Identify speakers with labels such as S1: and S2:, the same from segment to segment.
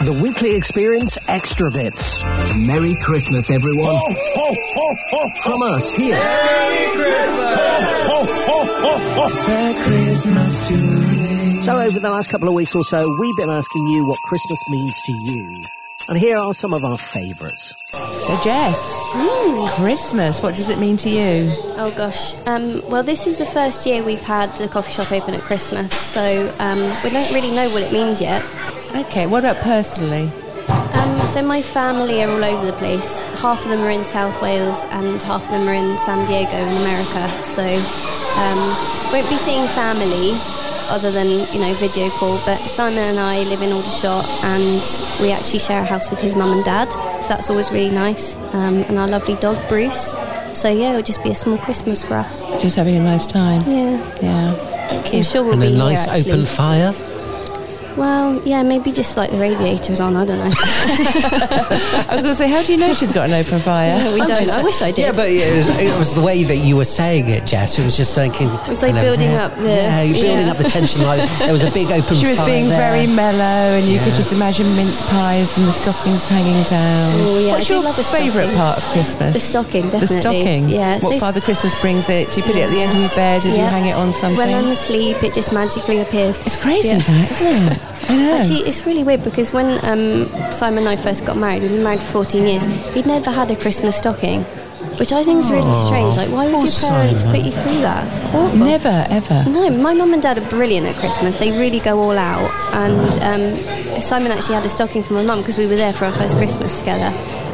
S1: The weekly experience extra bits.
S2: Merry Christmas, everyone. From us here.
S1: So, over the last couple of weeks or so, we've been asking you what Christmas means to you. And here are some of our favourites.
S3: So, Jess, Christmas, what does it mean to you?
S4: Oh gosh. Um, well, this is the first year we've had the coffee shop open at Christmas, so um, we don't really know what it means yet.
S3: Okay, what about personally?
S4: Um, so my family are all over the place. Half of them are in South Wales and half of them are in San Diego in America. So um, won't be seeing family other than you know video call. But Simon and I live in Aldershot and we actually share a house with his mum and dad. So that's always really nice. Um, and our lovely dog Bruce. So yeah, it'll just be a small Christmas for us.
S3: Just having a nice time.
S4: Yeah,
S3: Yeah.
S4: I'm sure we'll
S5: And
S4: be
S5: a nice
S4: here, actually.
S5: open fire.
S4: Well, yeah, maybe just like the radiators on. I don't know.
S3: I was going to say, how do you know she's got an open fire?
S4: we don't. I wish I did.
S5: Yeah, but it was, it was the way that you were saying it, Jess. It was just thinking. It
S4: was like building up the-
S5: Yeah, you're building
S4: yeah.
S5: up the tension. Like there was a big open.
S3: She was
S5: fire
S3: being
S5: there.
S3: very mellow, and you could
S5: Yeah.
S3: just imagine mince pies and the stockings hanging down.
S4: Oh, yeah,
S3: What's
S4: I do
S3: your
S4: love the
S3: favourite
S4: stocking.
S3: part of Christmas?
S4: The stocking, definitely.
S3: The stocking.
S4: Yeah, it's
S3: What
S4: nice-
S3: Father Christmas brings it. Do you put it at the end of your bed, or do you
S4: Yeah.
S3: hang it on something?
S4: When I'm asleep, it just magically appears.
S3: it's crazy,
S4: Yeah.
S3: that, isn't it? I know.
S4: Actually, it's really weird because when um, Simon and I first got married, we've been married for 14 years, he'd never had a Christmas stocking, which I think is really strange. Like, why would
S5: poor
S4: your parents
S5: Simon.
S4: put you through that? It's awful.
S3: Never, ever.
S4: No, my mum and dad are brilliant at Christmas. They really go all out. And um, Simon actually had a stocking for my mum because we were there for our first Christmas together.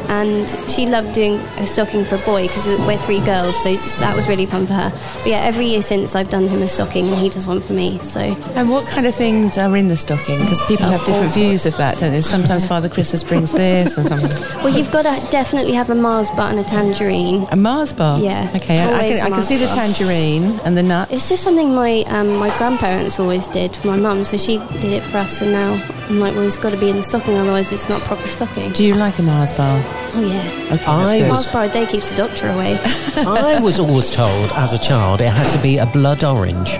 S4: And she loved doing a stocking for a boy because we're three girls, so that was really fun for her. But yeah, every year since I've done him a stocking and he does one for me. So
S3: And what kind of things are in the stocking? Because people have different views of that, don't they? Sometimes Father Christmas brings this and something.
S4: Well, you've got to definitely have a Mars bar and a tangerine.
S3: A Mars bar.
S4: Yeah,
S3: Okay, I, I
S4: always
S3: can, I can
S4: Mars
S3: see the
S4: bar.
S3: tangerine and the nuts.
S4: It's just something my um, my grandparents always did for my mum, so she did it for us, and now I'm like, well, it's got to be in the stocking, otherwise it's not proper stocking.
S3: Do you like a Mars bar? Okay,
S4: Oh yeah,
S3: that's
S5: I
S3: good.
S4: Mars bar a day keeps the doctor away.
S5: I was always told as a child it had to be a blood orange.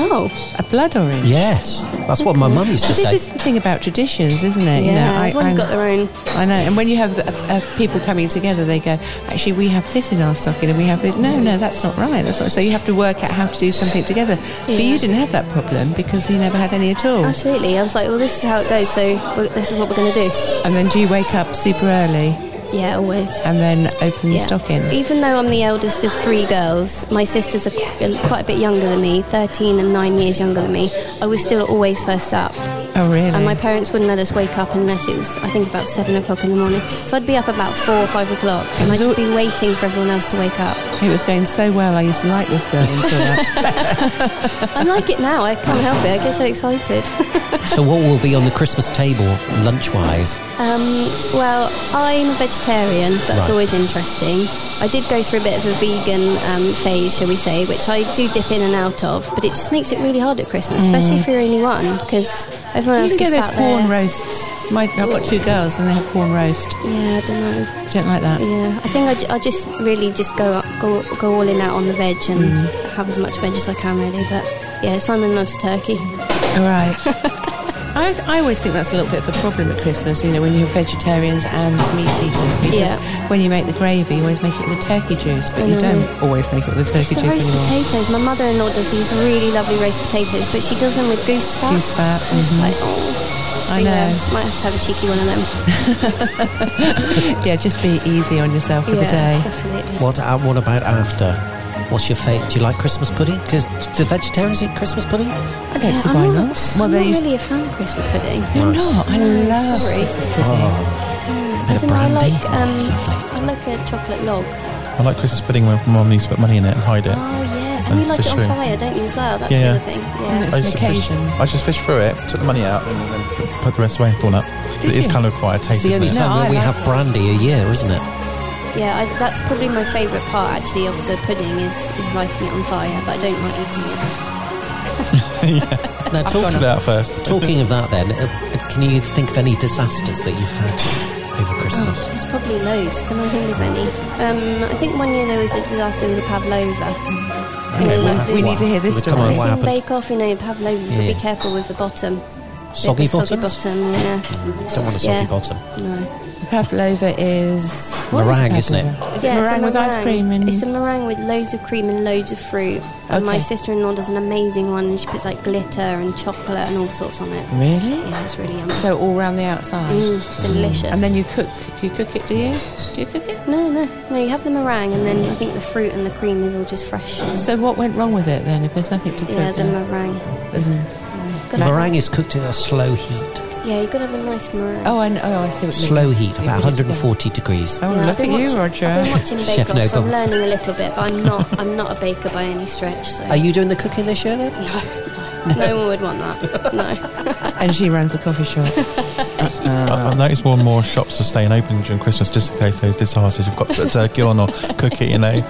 S4: oh,
S3: a blood orange.
S5: Yes, that's what my mum used to
S3: But this
S5: say.
S3: is the thing about traditions, isn't it?
S4: yeah,
S3: I-
S4: everyone's
S3: I-
S4: got their own.
S3: I know, and when you have uh, uh, people coming together, they go, "Actually, we have this in our stocking, and we have this." No, no, that's not right. That's not. So you have to work out how to do something together. But
S4: Yeah.
S3: you didn't have that problem because he never had any at all.
S4: Absolutely, I was like, well, this is how it goes, so we- this is what we're going to do.
S3: And then do you wake up super early
S4: Yeah, always.
S3: and then open your
S4: Yeah.
S3: stocking?
S4: Even though I'm the eldest of three girls, my sisters are qu- quite a bit younger than me, 13 and 9 years younger than me, I was still always first up.
S3: Oh, really?
S4: And my parents wouldn't let us wake up unless it was, I think, about seven o'clock in the morning. So I'd be up about four or five o'clock, and I'd just be waiting for everyone else to wake up.
S3: It was going so well. I used to like this girl until that.
S4: I like it now. I can't help it. I get so excited.
S5: so what will be on the Christmas table lunch-wise?
S4: Um, well, I'm a vegetarian, so that's
S5: Right.
S4: always interesting. I did go through a bit of a vegan um, phase, shall we say, which I do dip in and out of, but it just makes it really hard at Christmas, especially if you're only one, because everyone
S3: Mm. you
S4: else
S3: can get
S4: is
S3: those
S4: sat
S3: corn
S4: there.
S3: roasts. My, I've got two girls and they have corn roast.
S4: Yeah, I don't know.
S3: I don't like that.
S4: Yeah, I think I, ju- I just really just go up, go go all in out on the veg and
S3: Mm.
S4: have as much veg as I can really. But yeah, Simon loves turkey.
S3: All right. I, I always think that's a little bit of a problem at Christmas, you know, when you have vegetarians and meat eaters, because
S4: Yeah.
S3: when you make the gravy, you always make it with the turkey juice, but you
S4: know.
S3: don't always make it with the turkey
S4: It's the
S3: juice
S4: roast
S3: anymore.
S4: potatoes. My mother-in-law does these really lovely roast potatoes, but she does them with goose fat.
S3: Goose fat,
S4: And It's like oh. So
S3: I
S4: yeah,
S3: know.
S4: might have to have a cheeky one of them. oh.
S3: Yeah, just be easy on yourself for
S4: yeah,
S3: the day.
S4: absolutely.
S5: What uh, What about after? What's your favourite? Do you like Christmas pudding? Because do vegetarians eat Christmas pudding?
S3: I don't see
S4: I'm
S3: why
S4: not,
S3: not.
S4: I'm
S3: they
S4: not
S3: used-
S4: really a fan of Christmas pudding.
S3: You're not. I love
S4: sorry.
S3: Christmas pudding.
S6: Oh. Ah,
S4: I
S5: Bit of
S4: don't know. I
S5: brandy.
S4: like um,
S5: Lovely.
S4: I like a chocolate log.
S6: I like Christmas pudding when my mum needs to put money in it and hide it.
S4: Oh yeah, and
S6: And
S4: you like it on
S6: fish room.
S4: fire, don't you as well? That's
S6: Yeah.
S4: the other thing. Yeah.
S3: it's
S6: I
S3: an
S6: used to fish,
S3: occasion.
S6: I just fish through it, took the money out, and then put- put the rest away and thrown up. But
S3: Did
S6: it is
S3: you?
S6: kind of acquired
S5: It's
S6: taste,
S5: the
S6: isn't
S5: only
S6: it?
S5: time
S3: No,
S5: where
S3: I
S5: we
S3: like
S5: have
S3: it.
S5: brandy a year, isn't it?
S4: Yeah, I, that's probably my favourite part actually of the pudding is, is lighting it on fire, but I don't like eating it.
S3: Oh.
S5: Now,
S6: Put it
S5: talking,
S6: out first.
S5: talking of that, then, uh, uh, can you think of any disasters that you've had over
S3: Oh,
S5: Christmas?
S4: There's probably loads. Can I think of any? Um, I think one year there was a disaster with a pavlova.
S5: Okay,
S4: Mm,
S5: what
S4: we
S5: happened?
S3: need to hear this
S5: Come
S3: story.
S5: on,
S4: It's
S5: what
S4: in
S5: happened?
S4: Bake Off, you know, pavlova.
S5: Yeah.
S4: Be careful with the bottom.
S5: Soggy
S4: bit of soggy
S5: bottoms?
S4: bottom, yeah.
S5: Don't want a soggy
S4: Yeah.
S5: bottom.
S4: No.
S3: Pavlova is what
S5: Meringue,
S3: is
S5: isn't it?
S3: pavlova? Is it
S4: Yeah, it's a
S3: meringue with ice cream and
S4: it's a meringue with loads of cream and loads of fruit. And my
S3: Okay.
S4: sister-in-law does an amazing one, and she puts like glitter and chocolate and all sorts on it.
S3: really?
S4: Yeah, it's really yummy.
S3: So all round the outside,
S4: Mm, it's delicious.
S3: and then you cook. You cook it, do you? Do you cook it?
S4: no, no, no. You have the meringue, and then I think the fruit and the cream is all just fresh.
S3: So what went wrong with it then? If there's nothing to cook,
S4: yeah, the
S3: then
S4: meringue.
S3: isn't-
S4: Gotta have-
S5: Meringue is cooked in a slow heat.
S4: Yeah, you gotta have a nice meringue.
S3: oh, I know, oh, I see what you mean.
S5: Slow heat,
S3: You
S5: about
S3: put it together.
S5: 140 degrees.
S3: Oh,
S4: Yeah, I've
S3: look at
S4: been
S3: you,
S4: watching- I've been
S3: Roger.
S4: watching Bake
S5: Chef
S4: Off, so I'm
S5: Nobel.
S4: learning a little bit, but I'm not. I'm not a baker by any stretch. So
S5: Are you doing the cooking this year then?
S4: No, no, no one would want that. No.
S3: And she runs a coffee shop. Uh,
S6: I- I've noticed more and more shops are staying open during Christmas just in case those disasters. You've got the turkey on or cook it, you know.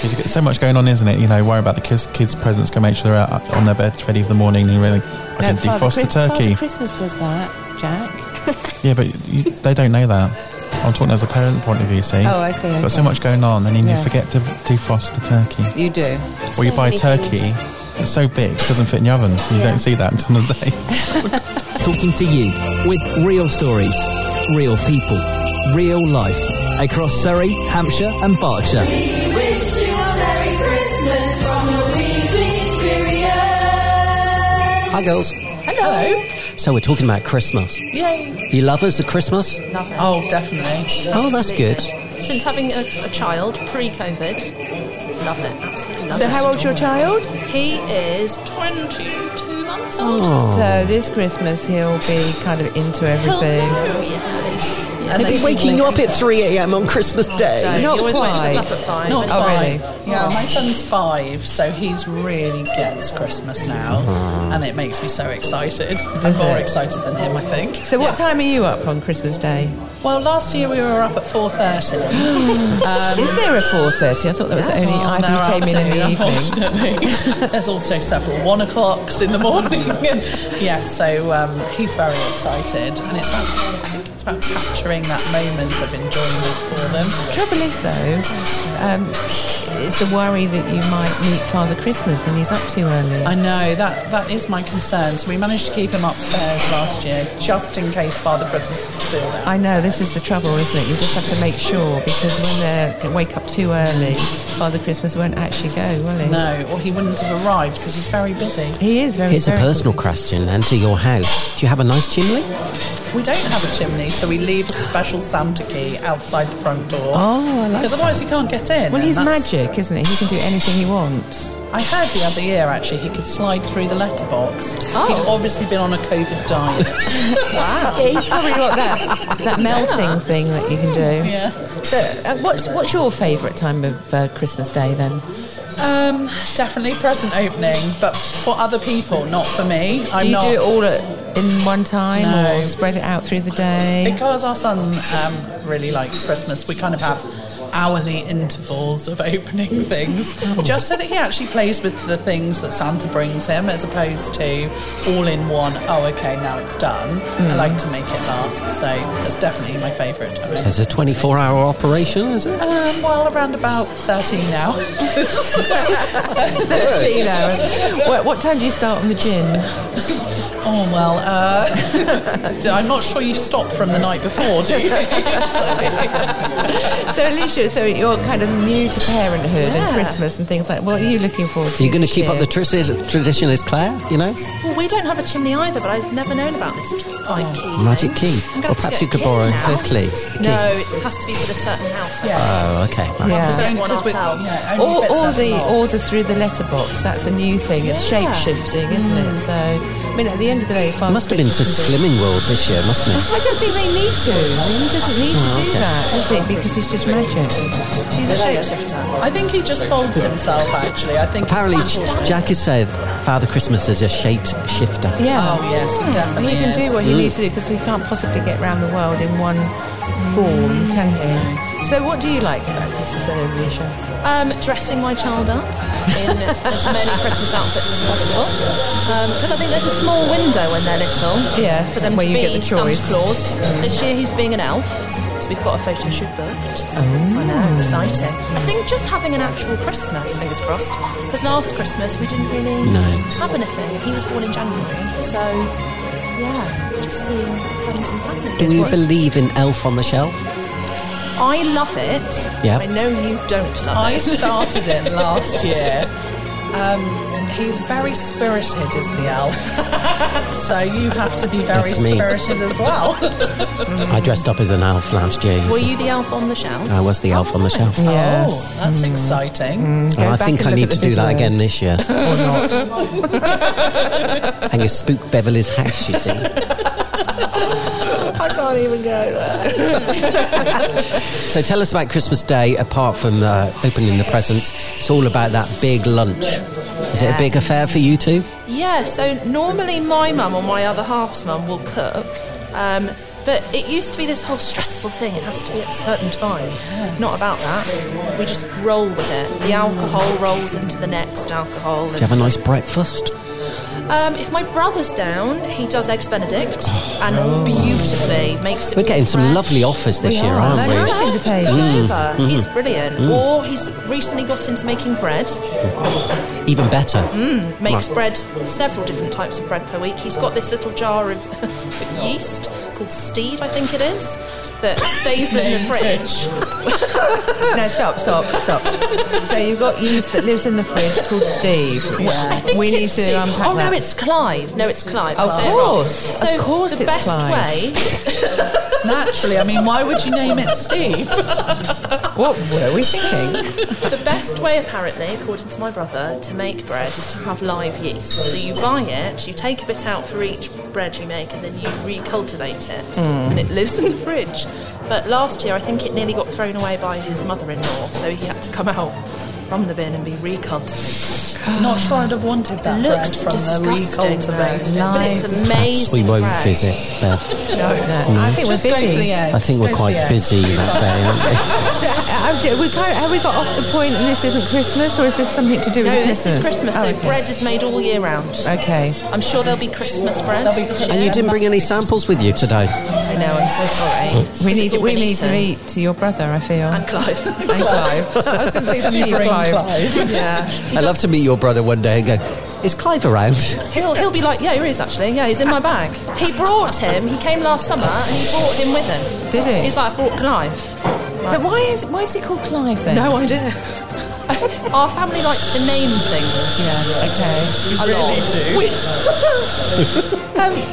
S6: 'Cause you get so much going on, isn't it? You know, worry about the kids, kids' presents, go make sure they're out uh, on their beds ready for the morning, and you're like, I can defrost the
S3: Chris- Father
S6: turkey.
S3: Christmas does that, Jack.
S6: Yeah, but you, they don't know that. I'm talking as a parent point of view, see?
S3: Oh, I see.
S6: You've
S3: Okay.
S6: got so much going on, and then
S3: Yeah.
S6: you forget to defrost the turkey.
S3: You do.
S6: Or you
S4: So
S6: buy
S4: many
S6: turkey,
S4: things.
S6: it's so big, it doesn't fit in your oven. You
S4: Yeah.
S6: don't see that until the day.
S2: Talking to you with real stories, real people, real life. Across Surrey, Hampshire, and Berkshire.
S7: Wish you a Merry Christmas from the Weekly Experience.
S5: Hi, girls.
S8: Hello.
S5: So we're talking about Christmas.
S8: Yay.
S5: You lovers of Christmas?
S8: Oh, definitely.
S5: Oh, that's good.
S7: Since having a, a child pre-COVID, love it. Absolutely love
S3: So,
S7: it.
S3: how old's your child?
S7: He is 22 months old.
S5: Oh.
S3: So, this Christmas he'll be kind of into everything.
S7: Hello, yeah. yeah
S8: And
S7: they-
S8: they-
S1: Waking you up at 3 a.m. on Christmas Day.
S8: Not
S7: he always wakes us
S3: quite.
S7: up at five.
S8: Not
S7: and
S3: oh,
S7: five.
S3: really?
S8: Yeah, my son's five, so he's really gets Christmas now, and it makes me so excited.
S3: Uh-huh. Does
S8: I'm more
S3: it?
S8: excited than him, I think.
S3: So, what
S8: Yeah.
S3: time are you up on Christmas Day?
S8: Well, last year we were up at four thirty. Um,
S3: Is there a 4.30? I thought that was only
S8: Oh,
S3: I came in in the evening.
S8: Unfortunately, there's also several one o'clocks in the morning. yes, so um, he's very excited, and it's about I think it's about capturing that moment of enjoyment for them.
S3: Trouble is, though, um, it's the worry that you might meet Father Christmas when he's up too early.
S8: I know that that is my concern. So we managed to keep him upstairs last year, just in case Father Christmas was still there.
S3: I know this is the trouble, isn't it? You just have to make sure because when they they wake up too early, Father Christmas won't actually go, will he?
S8: No, or he wouldn't have arrived because he's very busy.
S3: He is very.
S5: Here's a
S3: very
S5: personal question then to your house. Do you have a nice chimney?
S8: We don't have a chimney, so we leave a special Santa key outside the front door.
S3: Oh, I like
S8: Because otherwise he can't get in.
S3: Well,
S8: and
S3: he's
S8: that's-
S3: magic, isn't he? He can do anything he wants.
S8: I heard the other year actually he could slide through the letterbox. He'd obviously been on a COVID diet.
S3: Oh. Wow. yeah, he's probably got that that melting thing that you can do.
S8: yeah.
S3: So, uh, what's what's your favourite time of uh, Christmas Day then?
S8: Um, definitely present opening, but for other people, not for me. I'm
S3: Do you
S8: not.
S3: do it all at, in one time
S8: No.
S3: or spread it out through the day?
S8: Because our son um, really likes Christmas, we kind of have hourly intervals of opening things just so that he actually plays with the things that Santa brings him as opposed to all in one, oh, okay, now it's done.
S3: Hmm.
S8: I like to make it last, so that's definitely my favourite. time.
S5: There's a 24 hour operation, is it?
S8: Um, well, around about 13 now.
S3: You know, and what, what time do you start on the gin?
S8: Oh, well, uh, I'm not sure you stop from the night before, do you?
S3: So Alicia, so you're kind of new to parenthood and
S7: Yeah.
S3: Christmas and things like. What are you looking forward to?
S5: Are you going to
S3: this
S5: keep up the
S3: year?
S5: tr- tradition, is Claire? You know?
S7: Well, we don't have a chimney either, but I've never known about this
S3: Oh.
S7: like key. thing.
S5: Magic key.
S7: I'm gonna
S5: Or
S7: have to
S5: perhaps
S7: get
S5: you could
S7: a key
S5: borrow
S7: now.
S5: a key.
S7: No, it has to be for a certain house. Yeah.
S5: Oh, okay. right.
S3: Yeah.
S7: So one
S8: Because we-
S7: ourselves.
S8: yeah, only
S3: Or,
S8: fits
S3: or
S8: us a
S3: the
S8: lot.
S3: or the through the letterbox. That's a new thing. It's shape
S7: Yeah.
S3: shifting, isn't it?
S8: Mm.
S3: So I mean, at the end of the day, Father
S5: It must have been to
S3: Christmas is-
S5: Slimming World this year, mustn't it?
S3: I don't think they need to. I mean, he doesn't need to do
S5: okay.
S3: that, does he? Because he's just magic.
S8: He's a shapeshifter. I think he just folds himself, actually. I think
S5: Apparently,
S8: it's quite
S5: J- Jack has said Father Christmas is a shape shifter.
S3: Yeah.
S8: Oh, yes, he
S3: And
S8: definitely
S3: he can
S8: is.
S3: do what he needs to do because he can't possibly get round the world in one form, can he? So, what do you like about Christmas then, Alicia?
S7: Um, dressing my child up in as many Christmas outfits as possible because I think there's a small window when they're little
S3: Yes,
S7: for them
S3: where
S7: to
S3: you
S7: be
S3: get the choice.
S7: Santa Claus. This year he's being an elf, so we've got a photo shoot booked. Oh. I know, exciting. I think just having an actual Christmas, fingers crossed, because last Christmas we didn't really
S5: No.
S7: have anything. He was born in January, so yeah, just seeing friends and family.
S5: Do
S7: It's
S5: you
S7: what-
S5: believe in Elf on the Shelf?
S7: I love it.
S5: Yeah.
S7: I know you don't love
S8: I
S7: it.
S8: started it last year. Um, he's very spirited as the elf, so you have to be very
S5: That's me.
S8: spirited as well.
S5: I dressed up as an elf last year. you
S7: Were
S5: see.
S7: you the elf on the shelf?
S5: I was the elf on the shelf.
S3: Yes. Mm,
S8: Oh, that's exciting.
S5: And I
S3: back
S5: think
S3: and
S5: I
S3: look
S5: need
S3: at
S5: to
S3: the
S5: do that
S3: videos.
S5: again this year. or not. and you spook Beverly's house, you see. I can't even go there. so tell us about Christmas Day, apart from uh, opening the presents. It's all about that big lunch. Is it a big affair for you two?
S7: Yeah, so normally my mum or my other half's mum will cook. Um, but it used to be this whole stressful thing. It has to be at a certain time. Not about that. We just roll with it. The alcohol rolls into the next alcohol.
S5: Do you have a nice breakfast?
S7: um, if my brother's down, he does eggs Benedict
S5: Oh,
S7: and beautifully makes it.
S5: We're
S7: all
S5: getting some
S7: fresh.
S5: lovely offers this year,
S3: are.
S5: aren't we? Mm-hmm. Mm.
S3: Loads of
S7: Yeah,
S3: invitation.
S7: come over. He's brilliant. Or he's recently got into making bread.
S5: Even better.
S3: Mm.
S7: makes
S5: Right.
S7: Mm, bread, several different types of bread per week. He's got this little jar of yeast called Steve, I think it is, that stays in the fridge.
S3: No, stop, stop, stop. so you've got yeast that lives in the fridge called Steve.
S7: I think
S3: we
S7: it's
S3: need to
S7: Steve.
S3: unpack
S7: Oh
S3: that.
S7: no, it's Clive. No, it's Clive.
S3: Of
S7: I said it wrong.
S3: course.
S7: So
S3: Of course
S7: the
S3: it's
S7: best
S3: Clive.
S7: way.
S8: Naturally, I mean, why would you name it Steve?
S3: What were we thinking?
S7: The best way, apparently, according to my brother, to make bread is to have live yeast. So you buy it, you take a bit out for each bread you make, and then you recultivate it, and it lives in the fridge. But last year, I think it nearly got thrown away by his mother-in-law, so he had to come out from the bin and be recultivated.
S8: Not sure I'd have wanted that
S7: Looks
S8: bread from the
S7: disgusting, though.
S8: recultivated.
S7: but
S3: Lies.
S7: it's
S5: Perhaps
S7: amazing.
S5: we won't
S7: bread.
S5: visit, Bev. Mm-hmm.
S3: No, I think
S8: Just
S3: we're
S8: go for
S3: busy.
S8: the eggs.
S5: I think we're
S8: Go for the
S5: quite
S8: eggs.
S5: busy that day, aren't we?
S3: So, uh, okay, we kind of, have we got off the point and this isn't Christmas or is this something to do
S7: No,
S3: with
S7: this
S3: Christmas?
S7: is Christmas,
S3: Oh,
S7: so
S3: okay.
S7: bread is made all year round.
S3: Okay.
S7: I'm sure there'll be Christmas bread.
S8: There'll be-
S5: And you didn't bring any samples with you today.
S7: I know, I'm so sorry. It's 'cause
S3: We
S7: it's
S3: need,
S7: all
S3: we
S7: been
S3: need to
S7: eaten.
S3: eat to your brother, I feel.
S7: And
S3: And
S7: Clive.
S3: Clive. I was going to say something to
S8: Bring
S3: Clive.
S8: Clive.
S3: Yeah.
S5: I'd love to meet your brother one day and go, is Clive around?
S7: He'll, he'll be like, yeah, he is actually. Yeah, he's in my bag. He brought him. He came last summer and he brought him with him.
S3: Did he?
S7: He's like, I brought Clive.
S3: So why is why is it called Clive then?
S7: No idea. Our family likes to name things.
S3: Yes. Okay.
S7: a lot.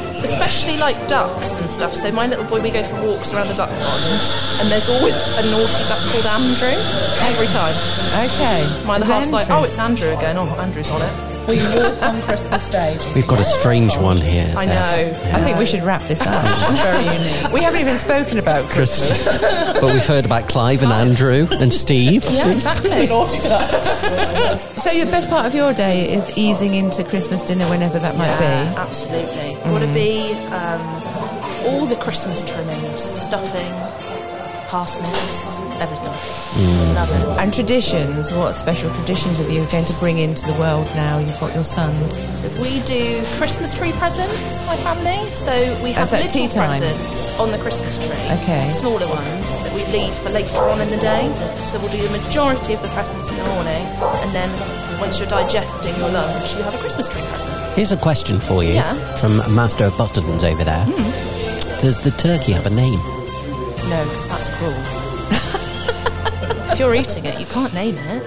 S7: We- um, especially like ducks and stuff. So my little boy, we go for walks around the duck pond, and there's always a naughty duck called Andrew every time.
S3: Okay.
S7: My other
S3: Is
S7: half's like,
S3: Andrew?
S7: oh, it's Andrew again. Oh, Andrew's on it.
S8: We walk on Christmas Day.
S5: We've got a strange one here.
S7: I know.
S3: I think we should wrap this up.
S8: It's very unique.
S3: we haven't even spoken about Christmas.
S5: Chris. but we've heard about Clive and Andrew and Steve.
S7: Yeah, exactly.
S3: So your- the best part of your day is easing into Christmas dinner whenever that might
S7: Yeah,
S3: be. Mm.
S7: absolutely. Gotta be um, all the Christmas trimmings, stuffing, parsnips, everything. Love
S3: Mm. And traditions, what special traditions are you going to bring into the world now you've got your son?
S7: it. So we do Christmas tree presents, my family. So we have
S3: That's at tea
S7: little
S3: time?
S7: presents on the Christmas tree.
S3: Okay.
S7: Smaller ones that we leave for later on in the day. So we'll do the majority of the presents in the morning, and then once you're digesting your lunch, you have a Christmas tree present.
S5: Here's a question for you
S7: Yeah.
S5: from Master of Buttons over there. Does the turkey have a name?
S7: No, because that's cruel. if you're eating it, you can't name it.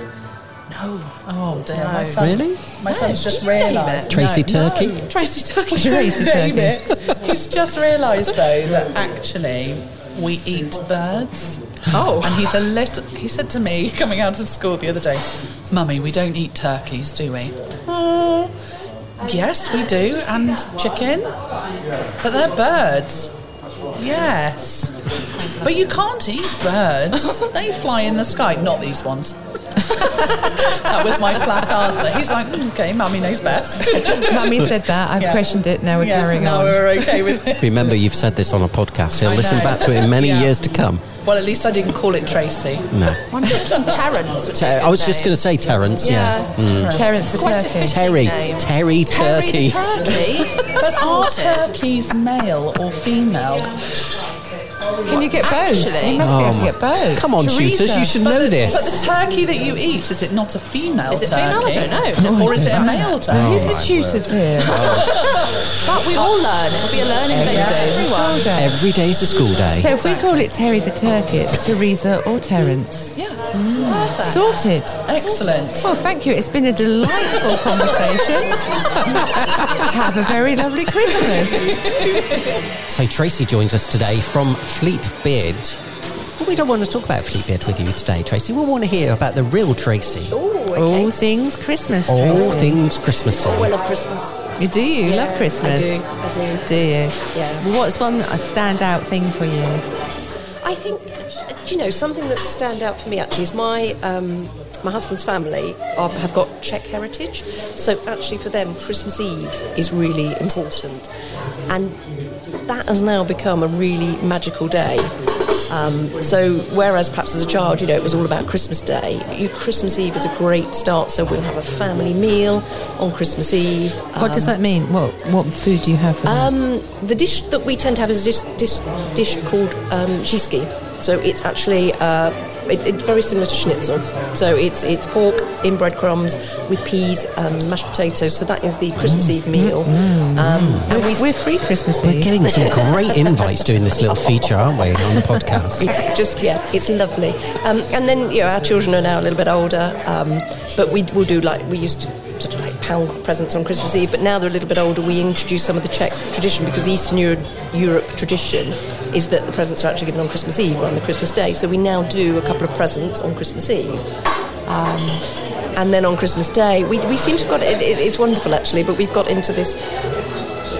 S7: No.
S8: Oh dear!
S7: No.
S8: My son,
S5: Really?
S8: My son's just
S7: you name
S8: realised.
S7: it.
S5: Tracy
S8: No, no.
S5: Turkey?
S7: Tracy Turkey.
S3: Tracy
S8: Name
S3: Turkey.
S8: it. He's just realised though that actually we eat birds. Oh, and he's a little. He said to me coming out of school the other day, "Mummy, we don't eat turkeys, do we?" Oh, yes, we do, and chicken, but they're birds. Yes, but you can't eat birds. They fly in the sky. Not these ones. that was my flat answer. He's like, "Mm, okay, mummy knows best.
S3: Mummy said that. I've
S8: Yeah.
S3: questioned it. Now we're
S8: Yeah,
S3: carrying
S8: now
S3: on.
S8: we're okay with it.
S5: Remember, you've said this on a podcast. He'll
S8: I
S5: listen
S8: know.
S5: back to it in many
S8: Yeah.
S5: years to come.
S8: Well, at least I didn't call it Tracy.
S5: No.
S7: I'm thinking Terrence. would be
S5: Ter-
S7: a good
S5: I was just
S7: name.
S5: going to say Terence, yeah. Hmm.
S7: Yeah.
S3: Terence the
S7: Quite a
S3: turkey.
S7: fit-
S5: Terry.
S7: Name.
S5: Terry
S7: Terry
S5: Turkey.
S7: the Turkey.
S8: But are
S7: Sorted.
S8: turkeys male or female?
S3: Can you get both?
S7: Actually-
S3: You must be able to
S5: Oh my-
S3: get both.
S5: Come on, shooters, you should
S8: But
S5: know
S8: the- But
S5: this.
S8: the turkey that you eat, is it not a female
S7: Is it
S8: turkey?
S7: female? I don't know.
S8: Or is it a
S5: Oh
S8: male turkey?
S3: Who's the tutors here?
S7: But we all learn. It'll be a learning day for everyone.
S3: Well done.
S5: Every day's a school day.
S3: So if we call it Terry the Turkey, it's Teresa or Terence.
S7: Yeah. Perfect.
S3: Sorted.
S8: Excellent.
S3: Well, thank you. It's been a delightful conversation. Have a very lovely Christmas.
S5: So Tracy joins us today from Fleetbeard. Well, we don't want to talk about Fleetbeard with you today, Tracy. We want to hear about the real Tracy.
S3: All things Christmas.
S5: All
S3: Tracy.
S5: things Christmassy.
S9: Oh, I love Christmas.
S3: You do you
S9: Yeah,
S3: love Christmas?
S9: I do. I do.
S3: Do you?
S9: Yeah.
S3: Well, what's one a standout thing for you?
S9: I think, do you know, something that stand out for me actually is my um, my husband's family are, have got Czech heritage, so actually for them Christmas Eve is really important, and that has now become a really magical day. Um, so whereas perhaps as a child, you know, it was all about Christmas Day, you, Christmas Eve is a great start. So we'll have a family meal on Christmas Eve.
S3: What does that mean? What what food do you have for that?
S9: Um, the dish that we tend to have is this dish, dish called um, shiski. So it's actually uh, it, it's very similar to schnitzel. So it's it's pork in breadcrumbs with peas, um, mashed potatoes. So that is the Christmas Eve meal. Um, and we,
S3: Mm. We're free Christmas
S5: We're
S3: Eve.
S5: getting some great invites doing this little feature, aren't we, on the podcast?
S9: it's just yeah, it's lovely. Um, and then you know our children are now a little bit older, um, but we will do like we used to sort of like pound presents on Christmas Eve. But now they're a little bit older, we introduce some of the Czech tradition because the Eastern Euro- Europe tradition is that the presents are actually given on Christmas Eve or on the Christmas day. So we now do a couple of presents on Christmas Eve. Um, and then on Christmas Day, we, we seem to have got it, it. It's wonderful actually, but we've got into this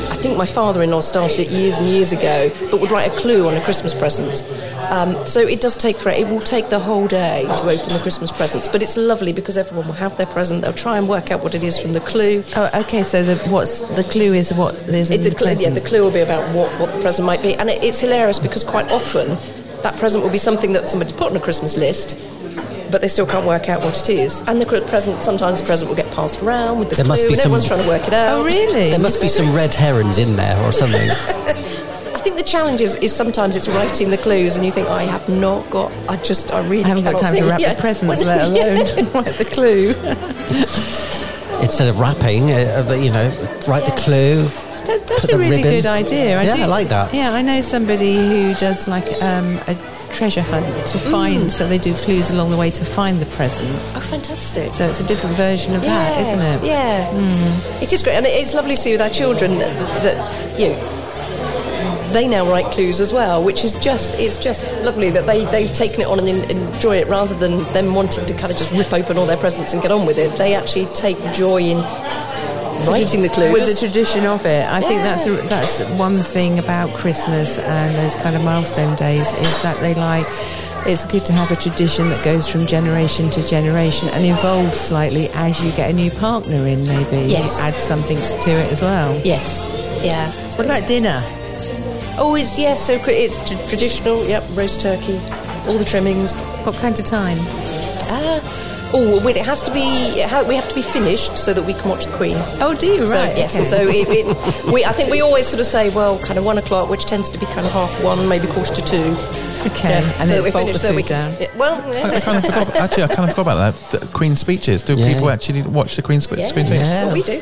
S9: I think my father-in-law started it years and years ago, but would write a clue on a Christmas present. Um, so it does take for it will take the whole day to open the Christmas presents, but it's lovely because everyone will have their present. They'll try and work out what it is from the clue.
S3: Oh, okay. So the what's the clue is what there's in
S9: It's a
S3: the
S9: clue, yeah,
S3: present.
S9: the clue will be about what, what the present might be, and it, it's hilarious because quite often that present will be something that somebody put on a Christmas list. But they still can't work out what it is, and the cr- present. Sometimes the present will get passed around with the
S5: There
S9: clue,
S5: must be
S9: and
S5: some-
S9: everyone's trying to work it out.
S3: Oh, really?
S5: There must be some red herrings in there or something.
S9: I think the challenge is, is sometimes it's writing the clues, and you think I have not got. I just, I really
S3: I haven't got
S9: cannot
S3: time to
S9: think."
S3: wrap
S9: Yeah.
S3: the presents,
S9: Yeah.
S3: let alone write the clue.
S5: Instead of wrapping, uh, uh, you know, write the clue.
S3: That, that's
S5: Put
S3: a
S5: the
S3: really
S5: ribbon.
S3: good idea.
S5: Yeah, I like that.
S3: Yeah, I know somebody who does like um, a treasure hunt to find, so they do clues along the way to find the present.
S9: Oh, fantastic!
S3: So it's a different version of that,
S9: Yes,
S3: isn't it? Hmm.
S9: Yeah, it is great, and it- it's lovely to see with our children that, that you. Know, they now write clues as well, which is just it's just lovely that they they've taken it on and en- enjoy it rather than them wanting to kind of just rip open all their presents and get on with it. They actually take joy in writing the clues.
S3: With the tradition of it, I think that's a,
S9: Yeah.
S3: that's one thing about Christmas and those kind of milestone days is that they like. It's good to have a tradition that goes from generation to generation and evolves slightly as you get a new partner in. Maybe
S9: Yes.
S3: add something to it as well.
S9: yes, yeah.
S3: What about dinner?
S9: Oh, it's yes. So cr- it's t- traditional. Yep, roast turkey, all the trimmings.
S3: What kind of time?
S9: Ah, oh, well, it has to be. it ha- We have to be finished so that we can watch the Queen.
S3: Oh, do you
S9: So
S3: right?
S9: yes.
S3: okay.
S9: So it, it, we, I think we always sort of say, well, kind of one o'clock, which tends to be kind of half one, maybe quarter to two.
S3: Okay,
S9: Yeah,
S3: and
S9: so
S3: then
S9: that we
S3: it's bolt the
S9: finish, so
S3: food
S9: we-
S3: down.
S9: yeah, well,
S6: I, I
S9: yeah.
S6: kind of forgot. Actually, I kind of forgot about that. The Queen's speeches. Do
S5: Yeah.
S6: people actually watch the Queen's spe-
S9: Yeah.
S6: Queen's speeches?
S5: Yeah.
S9: Well, we do.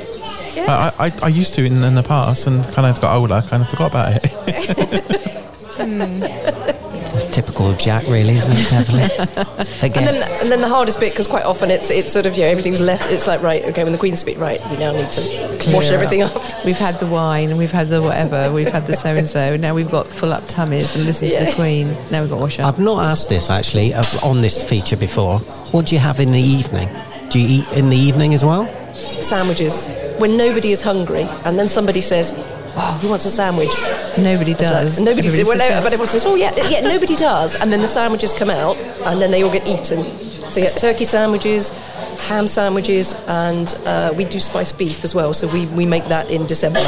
S9: Yeah.
S6: I, I, I used to in, in the past and kind of got older, I kind of forgot about it.
S5: Typical of Jack, really, isn't it, Beverly?
S9: And
S5: Again,
S9: then, and then the hardest bit, because quite often it's it's sort of you know everything's left. It's like right, okay, when the Queen's speak, right, we now need to wash
S3: Clear
S9: everything up.
S3: We've had the wine, we've had the whatever, we've had the so and so. Now we've got full up tummies and listen to the
S9: Yeah.
S3: Queen. Now we've got to wash up.
S5: I've not asked this actually uh, on this feature before. What do you have in the evening? Do you eat in the evening as well?
S9: Sandwiches when nobody is hungry, and then somebody says, "Wow, who wants a sandwich?"
S3: Nobody
S9: It's like,
S3: does.
S9: nobody
S3: Everybody
S9: did. Well,
S3: says
S9: no,
S3: yes.
S9: but everyone says, oh, yeah, yeah, nobody does. And then the sandwiches come out and then they all get eaten. So you get turkey sandwiches, ham sandwiches, and uh, we do spiced beef as well. So we, we make that in December.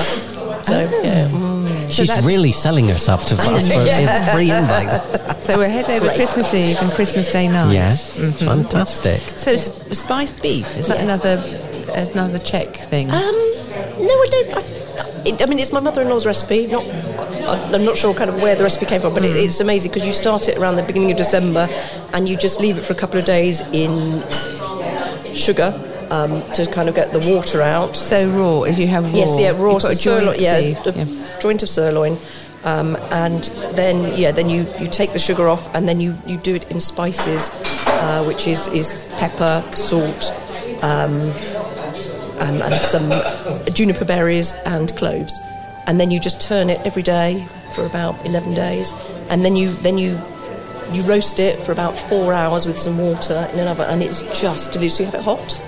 S9: So, yeah.
S5: Mm. She's
S3: that's-
S5: really selling herself to us for in- free invites.
S3: So we'll head over Christmas Eve and Christmas Day night.
S5: Yeah,
S9: Mm-hmm.
S5: fantastic.
S3: So sp- spiced beef is that
S9: Yes.
S3: another another Czech thing?
S9: Um, no, I don't. I, it, I mean, it's my mother in law's recipe, not I- I'm not sure kind of where the recipe came from, but it, it's amazing because you start it around the beginning of December and you just leave it for a couple of days in sugar um, to kind of get the water out.
S3: So raw, if you have raw.
S9: Yes, yeah, raw
S3: you put a
S9: sirloin,
S3: joint
S9: yeah,
S3: beef,
S9: a
S3: yeah.
S9: joint of sirloin, um, and then yeah, then you, you take the sugar off, and then you, you do it in spices, uh, which is is pepper, salt, um, um, and some juniper berries and cloves, and then you just turn it every day for about eleven days, and then you then you. You roast it for about four hours with some water in an oven, and it's just delicious. You have it hot;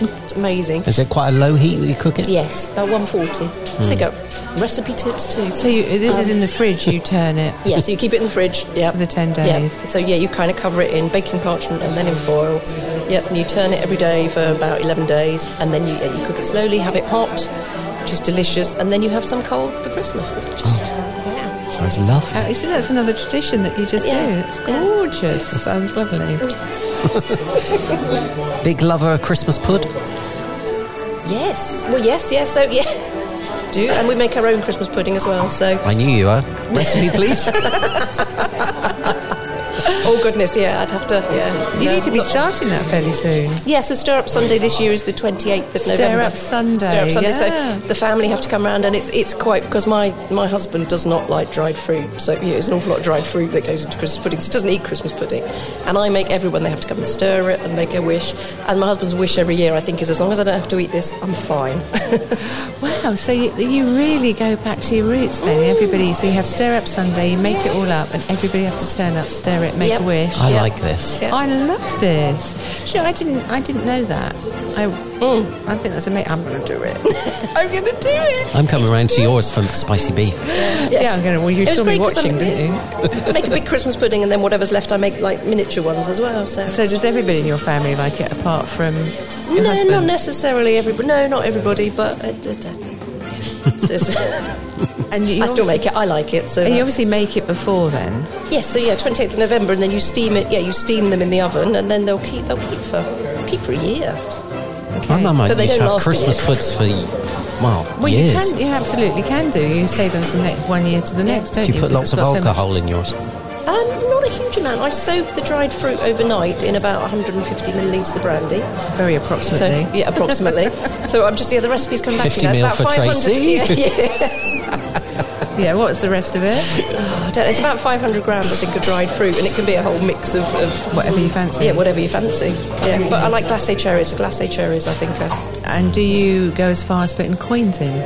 S9: it's amazing.
S5: Is it quite a low heat that you cook it?
S9: Yes, about 140. So you go. Recipe tips too.
S3: Hmm.
S9: Um,
S3: So you, this is in the fridge. You turn it.
S9: yeah, so you keep it in the fridge. Yeah,
S3: For the 10
S9: Yeah.
S3: days.
S9: So yeah, you kind of cover it in baking parchment and then in foil. Yep, and you turn it every day for about 11 days, and then you, yeah, you cook it slowly, have it hot, which is delicious, and then you have some cold for Christmas. It's just yeah.
S5: Sounds lovely.
S3: Oh, you see, that's another tradition that you just
S9: Yeah,
S3: do. It's
S9: yeah.
S3: gorgeous. Sounds lovely.
S5: Big lover of Christmas pud?
S9: Yes. Well, yes, yes. So yeah, do and we make our own Christmas pudding as well. So
S5: I knew you were. Recipe, please.
S9: oh goodness, yeah, I'd have to. Yeah,
S3: You
S9: No,
S3: need to be
S9: not-
S3: starting that fairly soon.
S9: Yeah, so Stir Up Sunday this year is the 28th of
S3: Stir
S9: November.
S3: Up Sunday,
S9: Stir Up Sunday.
S3: yeah.
S9: So the family have to come round, and it's it's quite because my, my husband does not like dried fruit. So yeah, there's an awful lot of dried fruit that goes into Christmas pudding. So he doesn't eat Christmas pudding, and I make everyone they have to come and stir it and make a wish. And my husband's wish every year, I think, is as long as I don't have to eat this, I'm fine.
S3: Wow, so you, you really go back to your roots then.
S9: Mm.
S3: Everybody, so you have Stir Up Sunday, you make it all up, and everybody has to turn up, stir it, make
S9: Yep.
S3: a wish.
S5: I like this.
S9: Yeah.
S3: I love this. Do you know, I didn't, I didn't know that. I,
S9: Mm.
S3: I think that's amazing. I'm going to do it. I'm going to do it.
S5: I'm coming around to yours for spicy beef.
S3: Yeah, I'm going to. Well, you
S9: It was
S3: saw me
S9: great 'cause I'm-
S3: watching, didn't you?
S9: I make a big Christmas pudding, and then whatever's left, I make like miniature ones as well. So.
S3: So does everybody in your family like it apart from your
S9: no,
S3: husband?
S9: not necessarily everybody. No, not everybody, but uh, d- d- it's-
S3: and you
S9: I still make it. I like it. So
S3: And you
S9: that's-
S3: obviously make it before then.
S9: yes, so yeah, 28th of November, and then you steam it. Yeah, you steam them in the oven, and then they'll keep. They'll keep for keep for a year.
S5: My mum
S9: But they
S5: used to
S9: don't
S5: have
S9: last, do
S5: Christmas
S9: they?
S5: puds for, well,
S3: Well,
S5: years.
S3: you can. You absolutely can do. You save them from ne- one year to the next, don't
S5: Do
S3: you?
S5: you put
S3: Because it's
S5: lots of
S3: got so much-
S5: alcohol in yours?
S9: Um, not a huge amount. I soak the dried fruit overnight in about 150 millilitres of brandy.
S3: very
S9: So
S3: approximately.
S9: yeah, approximately. so I'm just yeah, the recipe's come back.
S5: 50
S9: to me.
S5: mil
S9: It's
S5: for
S9: about 500.
S5: Tracy.
S9: Yeah, yeah. Oh,
S3: yeah. What's the rest of it?
S9: I don't know, it's about 500 grams, I think, of dried fruit, and it can be a whole mix of, of
S3: Whatever you fancy.
S9: Yeah, whatever you fancy. Yeah, but I like glacé cherries. Glacé cherries, I think. Are,
S3: And do you go as far as putting coins in?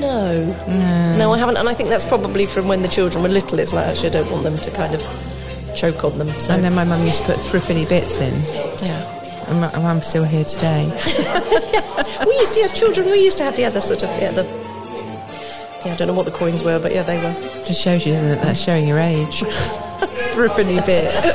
S9: no, no, I haven't, and I think that's probably from when the children were little. It's like actually, I don't want them to kind of choke on them. So
S3: I know my mum used to put threepenny bits in.
S9: yeah,
S3: And my- and I'm still here today.
S9: we used to as children, we used to have the other sort of yeah the. Yeah, I don't know what the coins were, but yeah, they were.
S3: Just shows you that that's showing your age. threepenny bit.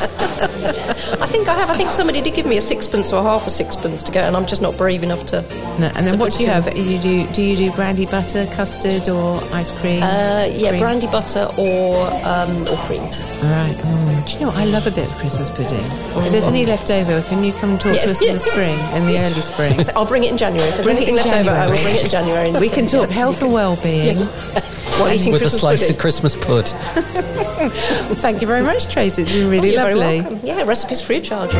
S9: I think I have. I think somebody did give me a sixpence or half a sixpence to go, and I'm just not brave enough to.
S3: No, and
S9: to
S3: then what
S9: put
S3: do you
S9: in.
S3: have? You do? Do you do brandy butter, custard, or ice cream?
S9: Uh, yeah,
S3: Cream?
S9: brandy butter or um, or cream.
S3: All right. Oh, do you know what? I love a bit of Christmas pudding. If there's any left over, can you come and talk to
S9: Oh. Yes.
S3: us in the spring, in the early spring?
S9: So I'll bring it in January. If there's
S3: Bring it
S9: anything
S3: in
S9: left over, I will
S3: January.
S9: bring it in January.
S3: We can talk health and well-being.
S9: While eating
S5: With a
S9: Christmas
S5: slice
S9: pudding.
S5: of Christmas pud.
S3: Thank you very much, Tracy. It's been really
S9: Oh, You're
S3: lovely.
S9: very welcome. Yeah, recipes free of charge.
S10: Ho,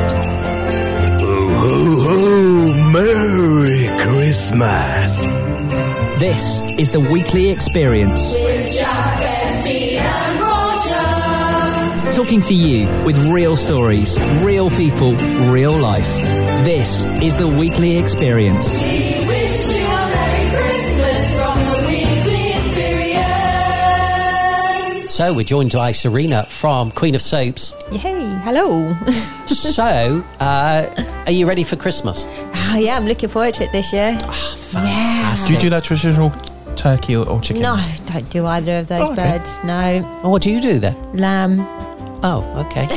S10: ho, ho! Merry Christmas!
S2: This is the weekly experience. Talking to you with real stories, real people, real life. This is the weekly experience.
S5: So we're joined by Serena from Queen of Soaps.
S11: Hey, hello.
S5: so, uh, are you ready for Christmas?
S11: Ah, yeah, I'm looking forward to it this year.
S6: Do you do that traditional turkey or, or chicken?
S11: No, don't do either of those
S6: Oh, okay.
S11: birds. No,
S5: Oh, what do you do then?
S11: lamb.
S5: Oh, okay.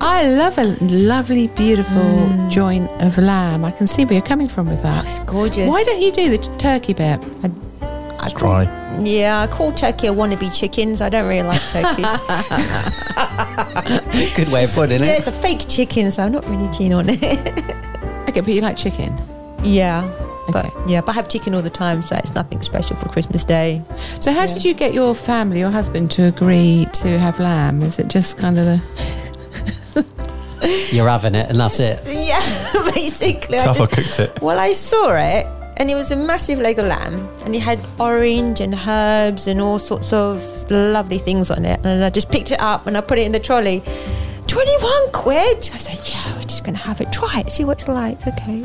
S3: I love a lovely, beautiful
S9: Mm.
S3: joint of lamb. I can see where you're coming from with that.
S9: Oh,
S11: It's gorgeous.
S3: Why don't you do the turkey bit?
S11: I call,
S6: Try.
S11: Yeah, I call turkey a wannabe chicken. So I don't really like turkeys.
S5: Good way of putting
S11: yeah,
S5: it.
S11: it's a fake chicken, so I'm not really keen on it.
S3: Okay, but you like chicken.
S11: yeah. But yeah, but I have chicken all the time, so it's nothing special for Christmas Day.
S3: So how did you get your family, your husband, to agree to have lamb? Is it just kind of a
S5: You're having it, and that's it.
S11: Yeah, basically.
S5: Tough, I
S11: just-
S5: cooked it.
S11: Well, I saw it, and it was a massive leg of lamb, and it had orange and herbs and all sorts of lovely things on it. And I just picked it up and I put it in the trolley. 21 quid? I said, yeah, we're just going to have it. Try it, see what it's like. Okay.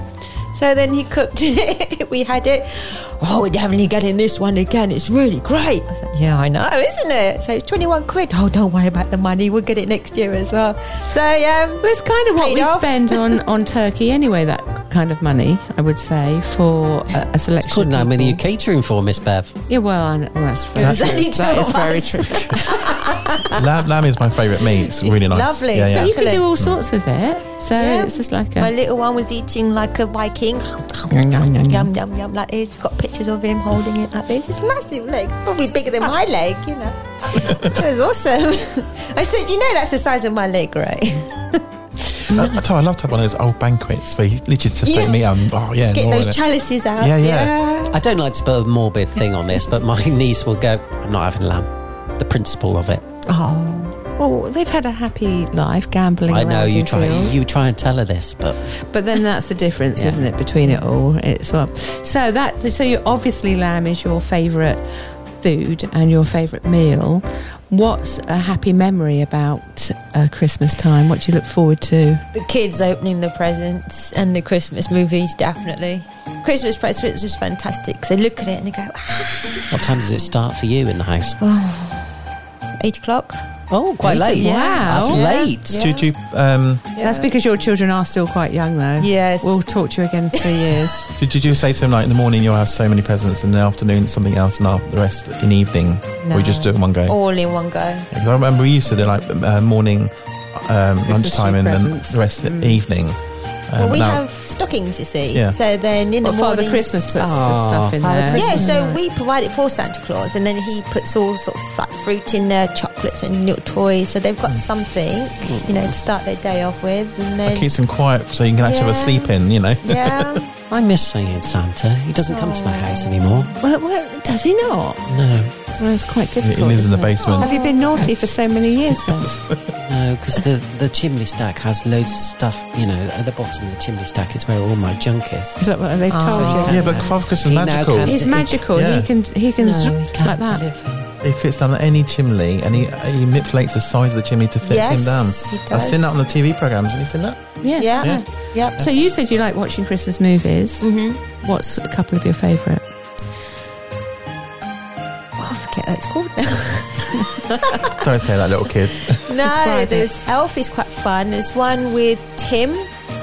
S11: So then he cooked it. we had it. Oh, we're definitely getting this one again. It's really great. I said, yeah, I know, isn't it? So it's 21 quid. Oh, don't worry about the money. We'll get it next year as well. So,
S9: um,
S11: yeah.
S3: That's kind of what we spend on, on turkey anyway, that kind of money, I would say, for a, a selection.
S5: Couldn't know how many you're catering for, Miss Bev.
S3: Yeah, well, I know, well, that's very
S5: That's
S3: true.
S5: only two
S3: That is
S5: of
S3: very
S5: us.
S3: true.
S6: lamb, lamb is my favourite meat. It's really nice.
S11: lovely.
S6: Yeah,
S3: So
S6: yeah.
S3: you can do all sorts with it. So it's just like a.
S11: My little one was eating like a Viking.
S3: Yum, yum, yum.
S11: Yum, yum, yum, like this. Got pictures of him holding it like this. It's massive leg, probably bigger than my leg, you know. It was awesome. I said, you know, that's the size of my leg, right?
S6: Uh, I, I tell you, I love to have one of those old banquets where you literally just
S11: Yeah.
S6: take me um, oh yeah,
S11: Get
S6: and all
S11: those
S6: of it.
S11: chalices out.
S6: Yeah, yeah.
S5: I don't like to put a morbid thing on this, but my niece will go, I'm not having lamb. The principle of it.
S3: Oh. Well, they've had a happy life gambling.
S5: I know
S3: around
S5: you
S3: in
S5: try
S3: fields.
S5: you try and tell her this, but
S3: But then that's the difference,
S5: Yeah.
S3: isn't it, between it all? It's well. So that so you obviously lamb is your favourite food and your favourite meal. What's a happy memory about uh, Christmas time? What do you look forward to?
S11: The kids opening the presents and the Christmas movies, definitely. Christmas presents was fantastic 'cause they look at it and they go, "Ah,
S5: what time does it start for you in the house?
S11: eight o'clock.
S5: Oh, quite
S11: Eight
S5: late.
S11: o'clock. Wow.
S5: That's
S6: Oh,
S11: Yeah.
S5: late.
S11: Yeah.
S6: Do you, um,
S3: That's because your children are still quite young, though.
S11: Yes.
S3: We'll talk to you again in three years.
S6: did, did you say to him like in the morning you'll have so many presents, in the afternoon something else, and after the rest in the evening, or you just do it in one go?
S11: All in one go.
S6: Because I remember we used to do like uh, morning, um, lunchtime, and then
S11: presents.
S6: the rest of the evening. Um,
S11: well, we
S6: now-
S11: have stockings, you see.
S6: Yeah.
S11: So then in
S3: Well,
S11: the
S3: Father
S11: morning,
S3: Christmas puts the Oh, stuff in Father there.
S11: Yeah,
S3: Christmas.
S11: so we provide it for Santa Claus, and then he puts all sort of like fruit in there, chocolates and little toys. So they've
S6: Hmm.
S11: got something, you know, to start their day off with, and
S6: It
S11: then
S6: keeps them quiet so you can actually have a
S11: Yeah.
S6: sleep in, you know.
S11: yeah.
S5: I miss seeing Santa. He doesn't come to my house anymore.
S3: Well, well, does he not?
S5: No,
S3: Well, it's quite difficult.
S5: lives in the
S3: isn't it?
S5: basement.
S3: Have you been naughty for so many years then?
S5: no, because the, the chimney stack has loads of stuff. You know, at the bottom of the chimney stack is where all my junk is.
S3: Is that what they've told
S5: Oh.
S3: you?
S5: Yeah, but Father Christmas is He now magical. can't-
S3: He's
S5: he-
S3: magical.
S6: yeah.
S3: He can he can
S5: No,
S3: zoop like that.
S6: He fits down any chimney and he, he manipulates the size of the chimney to fit him
S3: Yes,
S6: down.
S3: he
S6: I've seen that
S3: does.
S6: on the TV programs. Have you seen that?
S3: Yes,
S6: Yeah.
S3: yeah.
S11: Yeah.
S3: So you said you like watching Christmas movies. Mm-hmm. What's a couple of your favourite?
S11: Oh, I forget that it's called now.
S6: Don't say that, little kid.
S11: no, there's Elf is quite fun. There's one with Tim.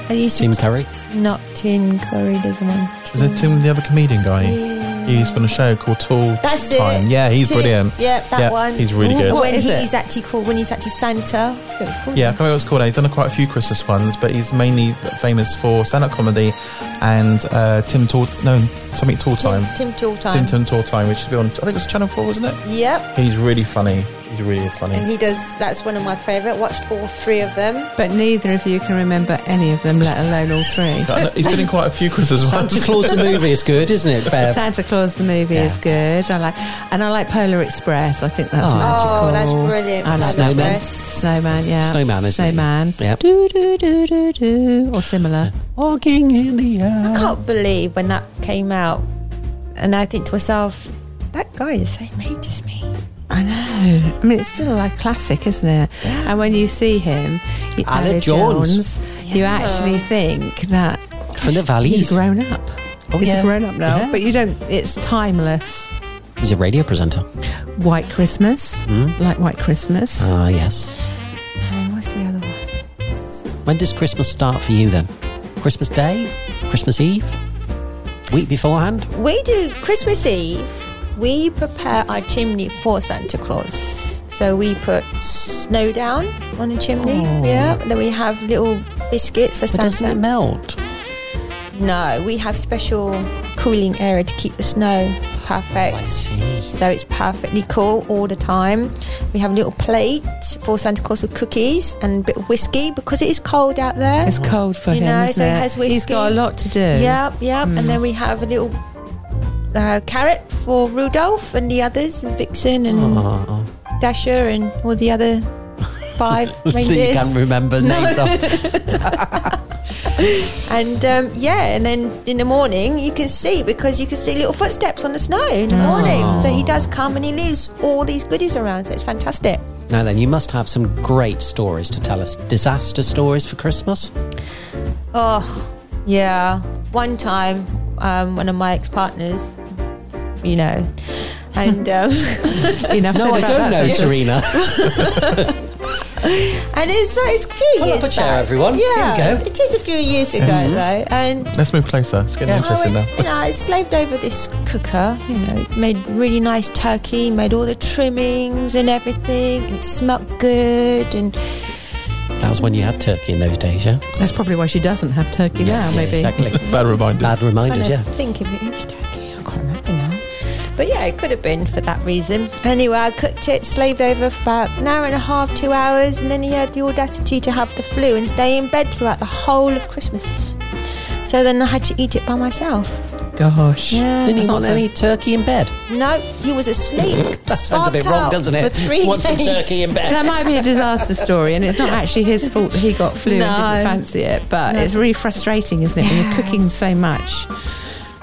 S11: I used
S6: Tim
S11: to
S6: Curry.
S11: Not Tim Curry. There's one.
S6: Was it Tim, the other comedian guy? He's been a show called Tall
S11: That's it.
S6: Time. Yeah, he's
S11: Tim.
S6: brilliant.
S11: Yeah, that one.
S6: He's really good.
S11: When he's actually called when he's actually Santa. I forget what it's called
S6: Yeah, I
S11: now.
S6: can't remember what it's called. He's done quite a few Christmas ones, but he's mainly famous for stand-up comedy and uh, Tim Tall... No, something Tall Time.
S11: Tim Tall
S6: Tim
S11: Time.
S6: Tim Tall Time, which should be on... I think it was Channel 4, wasn't it?
S11: Yep.
S6: He's really funny. He really is funny.
S11: And he does. That's one of my favourite. Watched all three of them.
S3: But neither of you can remember any of them, let alone all three.
S6: I know- He's been in quite a few Christmas ones.
S5: Santa Claus the movie is good, isn't it, Bev?
S3: Santa Claus the movie is good. I like, and I like Polar Express. I think that's
S5: Oh.
S3: magical.
S11: Oh, that's brilliant.
S3: I like
S5: Snowman.
S3: That. Snowman, yeah.
S5: Snowman, isn't it?
S3: Snowman.
S5: Yep.
S3: Do do do do do, or similar.
S5: Walking in the
S11: I
S5: air.
S11: can't believe when that came out, and I think to myself, that guy is the same age as me.
S3: I know. I mean, it's still like classic, isn't it? And when you see him, you-
S5: Alan
S3: Alan
S5: Jones.
S3: Jones, you actually think that
S5: From
S3: he's
S5: the valleys.
S3: grown up.
S5: Oh,
S3: he's
S5: yeah.
S3: a grown up now,
S5: Yeah.
S3: but you don't. It's timeless.
S5: He's a radio presenter.
S3: White Christmas, like White Christmas.
S5: Hmm. Ah, yes.
S11: And what's the other one?
S5: When does Christmas start for you then? Christmas Day? Christmas Eve? Week beforehand?
S11: We do Christmas Eve. We prepare our chimney for Santa Claus. So we put snow down on the chimney.
S3: Oh.
S11: Yeah. Then we have little biscuits for
S5: But doesn't it
S11: Santa.
S5: melt?
S11: No, we have special cooling area to keep the snow
S3: Oh,
S11: perfect. So it's perfectly cool all the time. We have a little plate for Santa Claus with cookies and a bit of whiskey because it is cold out there.
S3: It's cold for
S11: you
S3: him,
S11: know,
S3: isn't
S11: so
S3: it?
S11: has whiskey.
S3: He's got a lot to do.
S11: Yep, yep.
S3: Mm.
S11: And then we have a little uh, carrot for Rudolph and the others, and Vixen and
S5: Oh.
S11: Dasher and all the other five reindeers.
S5: You can remember names of.
S11: and um, yeah, and then in the morning you can see because you can see little footsteps on the snow in the morning. So he does come and he leaves all these goodies around. So it's fantastic.
S5: Now then, you must have some great stories to tell us. Disaster stories for Christmas?
S11: Oh, yeah. One time, um, one of my ex partners, you know, and um,
S3: Enough
S5: no,
S3: said
S5: I
S3: about
S5: don't
S3: that,
S5: know,
S3: so-
S5: Serena.
S11: and it's uh, it's a few
S5: Pull up
S11: years
S5: a chair,
S11: back.
S5: everyone. Here we
S11: Yeah,
S5: go. Mm-hmm.
S11: it is a few years ago
S6: Mhm.
S11: though, and
S6: Let's move closer. It's getting interesting now.
S3: Oh,
S11: You know, I slaved over this cooker, you know, made really nice turkey, made all the trimmings and everything, and it smelt good. And
S5: That was when you had turkey in those days, yeah?
S3: That's probably why she doesn't have turkey now, maybe.
S5: Exactly.
S6: Bad reminders.
S5: Bad
S11: trying
S5: reminders,
S11: to
S5: yeah.
S11: think if it is turkey, I can't remember now. But yeah, it could have been for that reason. Anyway, I cooked it, slaved over for about an hour and a half, two hours, and then he had the audacity to have the flu and stay in bed throughout the whole of Christmas. So then I had to eat it by myself.
S3: Gosh.
S11: Yeah.
S5: Didn't
S3: That's
S5: you want
S3: awesome.
S5: any turkey in bed?
S11: No, he was asleep.
S5: That sounds a bit
S11: sparked
S5: wrong,
S11: out
S5: doesn't it?
S11: For three
S5: Want some
S11: days.
S5: turkey in bed?
S3: That might be a disaster story, and it's not actually his fault that he got flu and
S11: No.
S3: didn't fancy it. But
S11: No.
S3: it's really frustrating, isn't it? When you're cooking so much,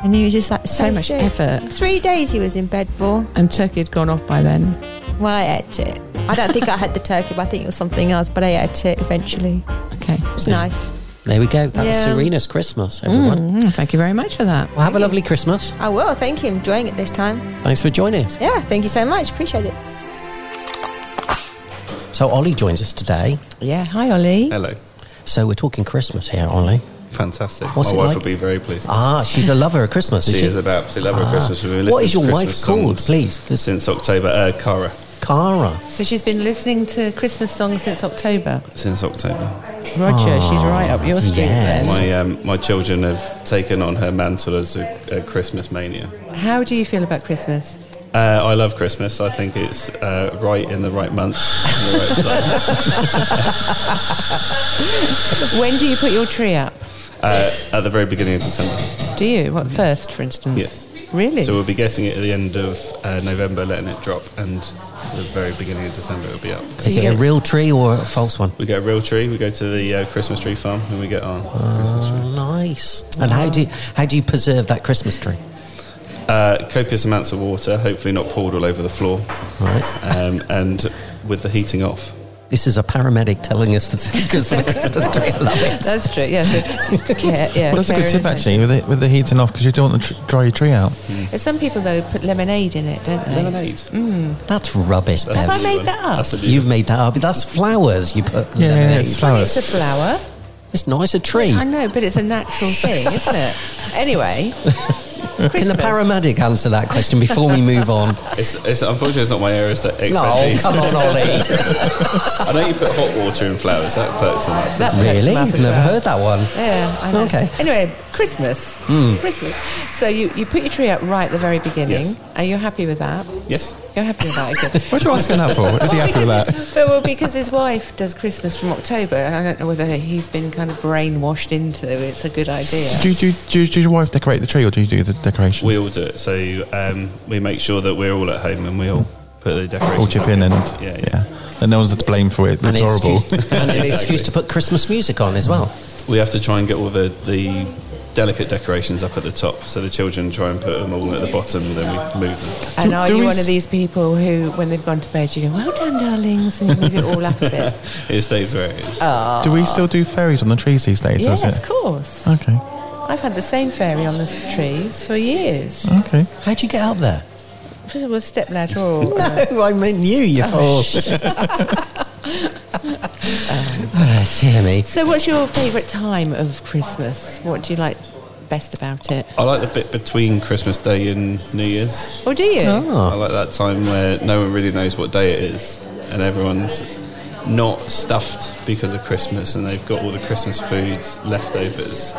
S11: And he was just like
S3: so, much
S11: sick.
S3: effort,
S11: Three days he was in bed for.
S3: and turkey had gone off by then.
S11: Well, I ate it. I don't think I had the turkey, but I think it was something else. But I ate it eventually.
S3: Okay.
S11: It was
S5: Yeah.
S11: nice.
S5: There we go. That
S11: Yeah.
S5: was Serena's Christmas, everyone.
S3: Mm, thank you very much for that.
S5: Well, have a lovely Christmas.
S11: I will. Thank you. Enjoying it this time.
S5: Thanks for joining us.
S11: Yeah. Thank you so much. Appreciate it.
S5: So Ollie joins us today.
S3: Yeah. Hi, Ollie.
S12: Hello.
S5: So we're talking Christmas here, Ollie.
S12: Fantastic.
S5: What's
S12: My
S5: it
S12: wife
S5: like?
S12: will be very pleased.
S5: Ah, she's a lover of Christmas.
S12: she,
S5: is she?
S12: is an absolute lover of
S5: Ah.
S12: Christmas. We've been
S5: What
S12: listening
S5: is
S12: to
S5: your wife
S12: Christmas
S5: called,
S12: songs
S5: please? This-
S12: Since October, uh, Cara.
S5: Cara.
S3: So she's been listening to Christmas songs since October.
S12: Since October,
S3: Roger, she's right up your street.
S5: Ah, yes.
S3: then.
S12: my um, my children have taken on her mantle as a, a Christmas mania.
S3: How do you feel about Christmas?
S12: Uh, I love Christmas. I think it's uh, right in the right month, in the right time.
S3: When do you put your tree up?
S12: Uh, at the very beginning of December.
S3: Do you? What first, for instance?
S12: Yes.
S3: Really?
S12: So we'll be getting it at the end of uh, November, letting it drop, and the very beginning of December it'll be up.
S5: Is
S3: you
S5: it a
S3: get-
S5: real tree or a false one?
S12: We get a real tree. We go to the uh, Christmas tree farm, and we get our Christmas tree.
S5: Oh, nice. And how do you, how do you preserve that Christmas tree?
S12: Uh, copious amounts of water, hopefully not poured all over the floor,
S5: Right.
S12: um, and with the heating off.
S5: This is a paramedic telling us the secrets of a Christmas tree. I love it.
S3: That's true. Yeah. so- yeah, yeah
S6: Well, that's a
S3: care
S6: good tip
S3: and-
S6: actually with the, with the heating off because you don't want to tr- dry your tree out.
S3: Hmm. Some people though put lemonade in it, don't they? Mm.
S12: Lemonade.
S5: That's rubbish,
S12: That's
S5: Bev.
S12: a
S3: I
S12: new
S3: made
S12: one.
S3: that up?
S12: That's a new
S5: You've
S12: one.
S5: made that up. That's flowers you put.
S6: Yeah, yeah, yeah,
S5: lemonade.
S6: it's flowers.
S3: It's a flower.
S5: It's nice, a tree.
S3: I know, but it's a natural thing, isn't it? Anyway,
S5: Can the paramedic answer that question before we move on?
S12: It's, it's, unfortunately, it's not my area of st-
S5: No,
S12: expertise.
S5: come on, Ollie.
S12: I know you put hot water in flowers. That perks them up.
S3: that picks
S5: Really?
S3: them up
S5: I've
S3: as
S5: never
S3: well.
S5: heard that one.
S3: Yeah. I know.
S5: Okay.
S3: Anyway, Christmas.
S6: Hmm.
S3: Christmas. So you, you put your tree up right at the very beginning.
S12: Yes.
S3: Are you happy with that?
S12: Yes.
S3: You're happy with that again.
S6: What do you ask him that for? Is he happy with that?
S3: But well, because his wife does Christmas from October, and I don't know whether he's been kind of brainwashed into it's a good idea.
S6: Do you, do, you- do, you- do your wife decorate the tree or do you do the decoration?
S12: We all do it. So um, we make sure that we're all at home and we all put the decorations
S6: all chip in and
S12: back
S6: yeah,
S12: Yeah, yeah.
S6: and no one's to blame for it.
S5: And
S6: It's
S5: an
S6: horrible.
S5: excuse- and an
S12: Exactly.
S5: excuse to put Christmas music on as well.
S12: We have to try and get all the, the delicate decorations up at the top. So the children try and put them all at the bottom, then we move them.
S3: And are
S6: do
S3: you
S6: we
S3: one
S6: s-
S3: of these people who, when they've gone to bed, you go, "Well done, darlings," and you move it all up a bit?
S12: It stays where it is.
S6: do we still do fairies on the trees these days?
S3: yes,
S6: or is
S3: of
S6: it?
S3: course.
S6: Okay,
S3: I've had the same fairy on the trees for years.
S6: okay.
S5: How'd you get up there?
S3: It was a stepladder or uh,
S5: No, I meant you, you fool. oh, dear me.
S3: So, what's your favourite time of Christmas? What do you like best about it?
S12: I like the bit between Christmas Day and New Year's.
S3: Or do you?
S5: Oh,
S12: I like that time where no one really knows what day it is and everyone's not stuffed because of Christmas and they've got all the Christmas foods, leftovers.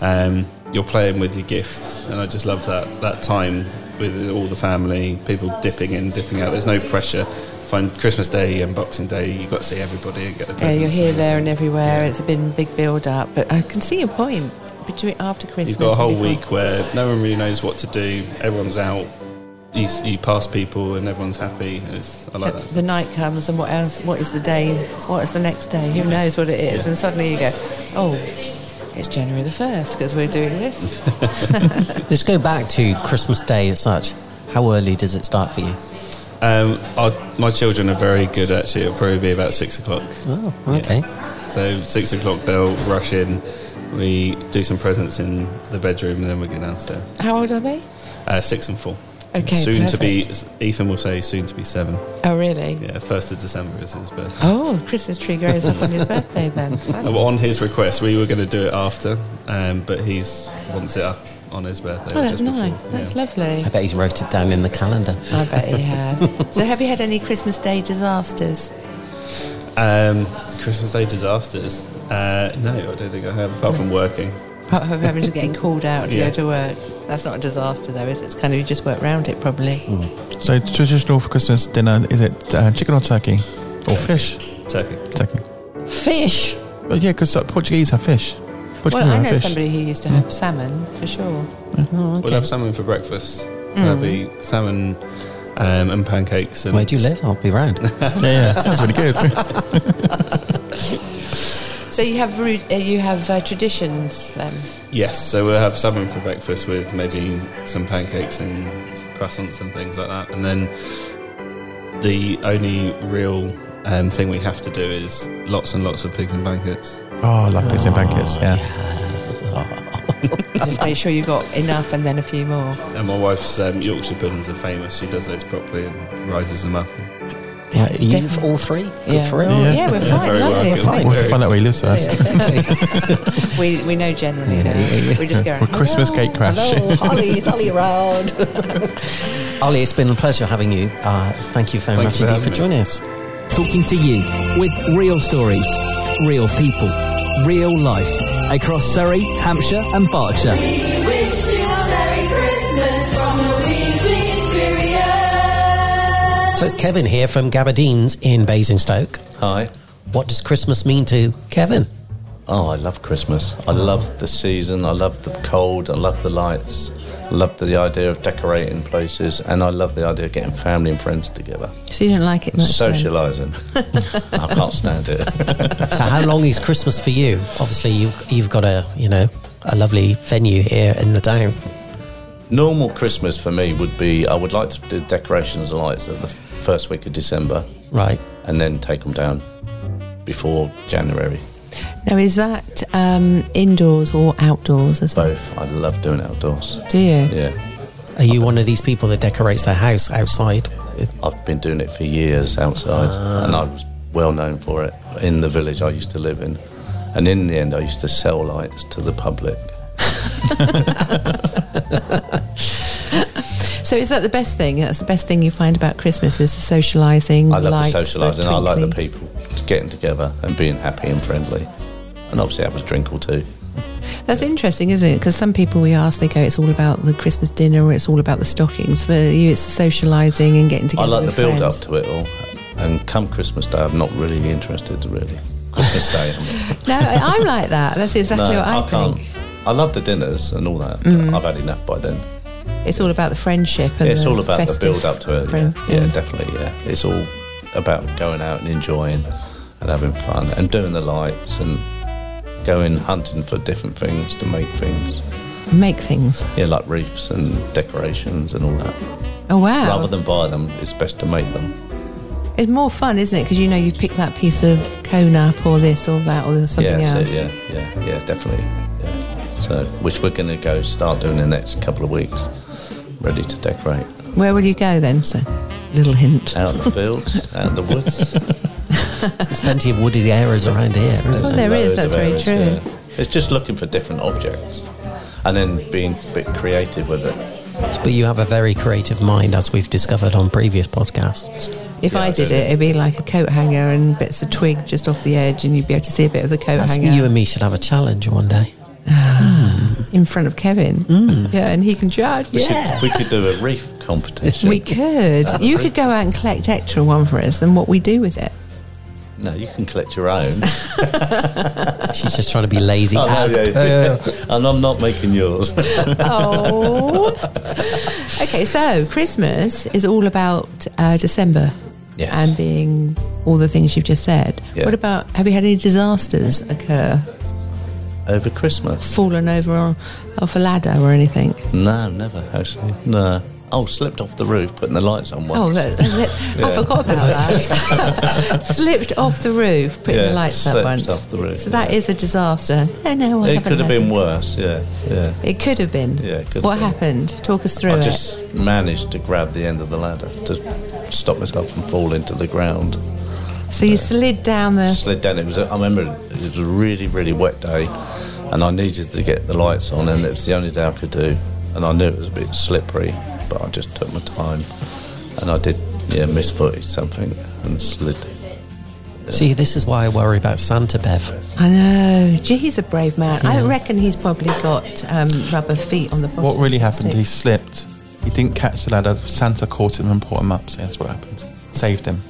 S12: Um, you're playing with your gifts, and I just love that, that time with all the family, people dipping in, dipping out. There's no pressure. Find Christmas Day and Boxing Day, you've got to see everybody and get the
S3: Yeah,
S12: presents.
S3: you're here, there, and everywhere. It's been a big build up, but I can see your point. Between after Christmas,
S12: You've got a
S3: and
S12: whole
S3: before-
S12: week where no one really knows what to do. Everyone's out. You, s- you pass people and everyone's happy. and It's, I like that.
S3: The night comes, and what else? What is the day? What is the next day? Who knows what it is? And suddenly you go, oh, it's January the first because we're doing this.
S5: Let's go back to Christmas Day as such. How early does it start for you?
S12: Um, our, my children are very good actually. It'll probably be about six o'clock.
S5: Oh, okay.
S12: So six o'clock they'll rush in. We do some presents in the bedroom and then we go downstairs.
S3: How old are they?
S12: Uh, six and four.
S3: Okay,
S12: Soon to be, Ethan will say, soon to be seven.
S3: Oh, really?
S12: Yeah, first of December is his birthday.
S3: Oh, Christmas tree grows up on his birthday then. That's
S12: Uh, well, on his request, we were going to do it after, um, but he's wants it up on his birthday.
S3: Oh, that's
S12: just before.
S3: nice. That's lovely.
S5: I bet he's wrote it down in the calendar.
S3: I bet he has. so, have you had any Christmas Day disasters?
S12: Um, Christmas Day disasters? Uh, no, I don't think I have, apart from working.
S3: Apart from having to getting called out to
S12: Yeah.
S3: go to work. That's not a disaster, though, is it? It's kind of you just work round it, probably.
S6: So traditional for Christmas dinner is it uh, chicken or turkey or fish?
S12: Turkey.
S6: Turkey.
S3: Fish.
S6: Well, yeah, because uh, Portuguese have fish. Portuguese
S3: well, I
S6: have
S3: know
S6: fish.
S3: somebody who used to have salmon for sure. Oh,
S12: We'll have salmon for breakfast.
S3: Mm.
S12: There'll be salmon um, and pancakes. And
S5: Where do you live? I'll be round.
S6: yeah, yeah, sounds really good.
S3: So you have ru- uh, you have uh, traditions um, then.
S12: yes, so we'll have salmon for breakfast with maybe some pancakes and croissants and things like that. And then the only real um, thing we have to do is lots and lots of pigs in blankets.
S6: Oh, I love pigs
S13: Ah.
S6: in blankets. Yeah.
S5: Oh,
S3: Just make sure you've got enough and then a few more.
S12: And my wife's um, Yorkshire puddings are famous. She does those properly and rises them up.
S5: Right, you for all three? Good
S3: Yeah,
S5: for him.
S3: we're all- Yeah. yeah, we're fine,
S12: Very
S3: lovely,
S12: well,
S3: we're
S12: good.
S3: fine.
S6: We'll have to find out where he lives first.
S3: we, we know generally.
S5: Yeah,
S3: now.
S5: yeah, yeah.
S3: We just go.
S6: Well, Christmas
S5: Hello,
S6: cake crash.
S5: hello, Holly, is Holly
S3: around?
S5: Ollie, it's been a pleasure having you. Uh, thank you very
S12: Thank
S5: much
S12: you for
S5: indeed for
S12: having
S5: joining
S12: me.
S5: us. Talking to you
S2: with real stories, real people, real life across Surrey, Hampshire, and Berkshire.
S14: wish you a Merry Christmas from the Weekly Experience.
S5: So it's Kevin here from Gabardines in Basingstoke.
S13: Hi.
S5: What does Christmas mean to Kevin?
S13: Oh, I love Christmas. I love the season. I love the cold. I love the lights. I love the idea of decorating places. And I love the idea of getting family and friends together.
S3: So you don't like it much. then?
S13: Socialising. I can't stand it.
S5: So how long is Christmas for you? Obviously, you, you've got a you know a lovely venue here in the town.
S13: Normal Christmas for me would be I would like to do decorations and lights at the first week of December.
S5: Right.
S13: And then take them down before January.
S3: Now is that um, indoors or outdoors as well?
S13: Both. I love doing outdoors.
S3: Do you?
S13: Yeah.
S5: Are you one of these people that decorates their house outside?
S13: I've been doing it for years outside, and I was well known for it in the village I used to live in. And in the end, I used to sell lights to the public.
S3: So is that the best thing? That's the best thing you find about Christmas is the socialising.
S13: I love
S3: lights,
S13: the socialising. I like the
S3: twinkly.
S13: people getting together and being happy and friendly, and obviously have a drink or two.
S3: That's interesting, isn't it? Because some people we ask, they go, "It's all about the Christmas dinner, or it's all about the stockings." For you, it's socialising and getting
S13: I
S3: together.
S13: like the
S3: with
S13: build
S3: friends.
S13: up to it all. And come Christmas Day, I'm not really interested. Really, Christmas Day. I'm
S3: No, I- I'm like that. That's exactly what I, think.
S13: can't. I love the dinners and all that. but
S3: Mm.
S13: I've had enough by then.
S3: It's all about the friendship. And
S13: Yeah, it's
S3: the
S13: all about the
S3: festive
S13: build up to it.
S3: friend-
S13: Yeah. yeah, definitely. Yeah, it's all about going out and enjoying and having fun and doing the lights and going hunting for different things to make things.
S3: Make things.
S13: Yeah, like wreaths and decorations and all that.
S3: Oh wow!
S13: Rather than buy them, it's best to make them.
S3: It's more fun, isn't it? Because you know you've picked that piece of cone up, or this, or that, or there's something
S13: yeah,
S3: else.
S13: So, yeah, yeah, yeah, definitely. Yeah. So, which we're going to go start doing in the next couple of weeks, ready to decorate
S3: Where will you go then? So, little hint.
S13: out in the fields, out in the woods.
S5: There's plenty of wooded areas around here. Isn't
S3: Well, Oh,
S5: there?
S3: there
S13: loads
S3: is. That's
S13: of
S3: very
S13: areas,
S3: true.
S13: yeah. It's just looking for different objects and then being a bit creative with it.
S5: But you have a very creative mind, as we've discovered on previous podcasts.
S3: If I did it, it'd be like a coat hanger and bits of twig just off the edge, and you'd be able to see a bit of the coat
S5: That's-
S3: hanger.
S5: you and me should have a challenge one day.
S3: in front of Kevin.
S13: Mm.
S3: Yeah, and he can judge.
S13: We,
S3: yeah.
S13: could, we could do a reef competition. Uh,
S3: We could.
S13: That'd
S3: You
S13: be-
S3: could go out and collect extra one for us and what we do with it.
S13: No, you can collect your own.
S5: She's just trying to be lazy.
S13: Oh,
S5: as
S13: yeah, yeah.
S5: per.
S13: and I'm not making yours.
S3: Oh. okay, so Christmas is all about uh, December
S13: Yes.
S3: and being all the things you've just said.
S13: Yeah.
S3: What about have you had any disasters occur?
S13: Over Christmas?
S3: Fallen over on, off a ladder or anything?
S13: No, never actually. No. Oh, slipped off the roof putting the lights on once.
S3: Oh, that, that's it. I
S13: Yeah.
S3: forgot about that. Slipped off the roof, putting
S13: Yeah,
S3: the lights up
S13: slipped
S3: once.
S13: off the roof,
S3: so that is a disaster. No, no, I
S13: it
S3: haven't
S13: could have
S3: had
S13: been
S3: it.
S13: worse. Yeah, yeah.
S3: It could have been.
S13: Yeah, it could
S3: what
S13: have
S3: happened? Talk us through
S13: I
S3: it.
S13: just managed to grab the end of the ladder to stop myself from falling to the ground.
S3: so you slid down the.
S13: Slid down. It was. A, I remember it was a really, really wet day, and I needed to get the lights on, and it was the only day I could do. And I knew it was a bit slippery, but I just took my time, and I did. Yeah, miss footage something and slid.
S5: See, this is why I worry about Santa, Bev.
S3: I know. Gee, he's a brave man. I reckon he's probably got um, rubber feet on the bottom.
S6: What really happened?
S3: too.
S6: He slipped. He didn't catch the ladder. Santa caught him and brought him up. So that's what happened. Saved him.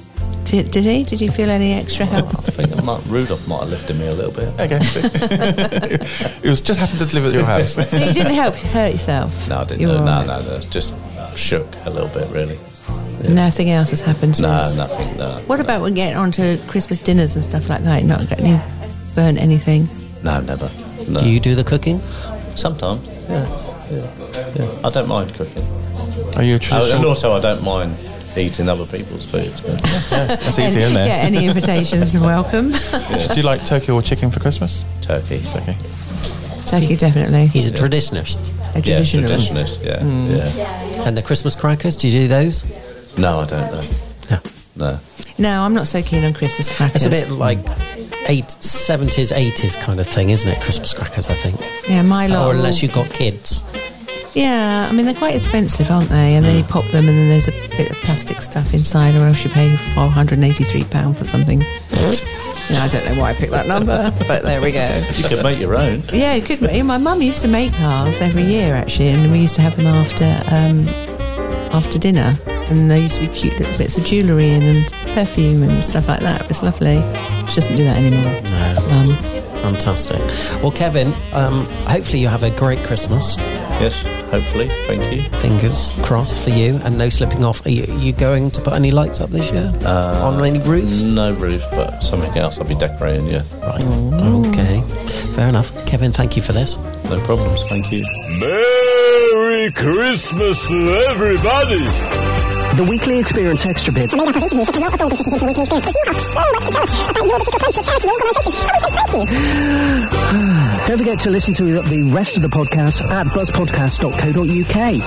S3: Did, did he? Did you feel any extra help?
S13: I think I might, Rudolph might have lifted me a little bit.
S6: Okay. it was just happened to deliver at your house.
S3: so you didn't help hurt yourself.
S13: No, I didn't.
S3: You
S13: No,
S3: were
S13: no,
S3: alright.
S13: no, no. Just shook a little bit, really.
S3: Nothing else has happened.
S13: No,
S3: since.
S13: nothing. No.
S3: What about when getting onto Christmas dinners and stuff like that? Not getting burnt anything.
S13: No, never. No.
S5: Do you do the cooking?
S13: Sometimes. Yeah. yeah. yeah. I don't mind cooking.
S6: Are you
S13: Oh,
S6: a
S13: and
S6: traditional?
S13: also, I don't mind eating other people's food. But
S6: That's easy,
S3: And-
S6: isn't it?
S3: Yeah, any invitations are welcome.
S6: Do you like turkey or chicken for Christmas?
S13: Turkey.
S6: Turkey.
S3: Turkey, definitely.
S5: He's a traditionist.
S3: A traditionalist.
S13: traditionalist, yeah,
S3: Hmm.
S13: yeah.
S5: And the Christmas crackers, do you do those?
S13: No, I don't know. No.
S3: No, I'm not so keen on Christmas crackers.
S5: It's a bit like eight, 70s, 80s kind of thing, isn't it? Christmas crackers, I think.
S3: Yeah, my lot.
S5: Or
S3: are all-
S5: unless you've got kids.
S3: Yeah, I mean they're quite expensive, aren't they? And then you pop them, and then there's a bit of plastic stuff inside, or else you pay four hundred and eighty-three pound for something. no, I don't know why I picked that number, but there we go.
S13: You could make your own.
S3: Yeah, it could be. My mum used to make ours every year, actually, and we used to have them after um, after dinner. And there used to be cute little bits of jewellery in and perfume and stuff like that. It was lovely. She doesn't do that anymore.
S5: No.
S3: Mum.
S5: Um, Fantastic. Well, Kevin, um, hopefully you have a great Christmas.
S13: Yes, hopefully. Thank you.
S5: Fingers crossed for you and no slipping off. Are you, you going to put any lights up this year?
S13: Uh,
S5: On any roofs?
S13: No roof, but something else I'll be decorating, yeah.
S5: Right. Okay. Fair enough. Kevin, thank you for this.
S13: No problems. Thank you.
S10: Merry Christmas to everybody!
S1: The weekly experience extra bit. Don't forget to listen to the rest of the podcast at buzzpodcast.co.uk.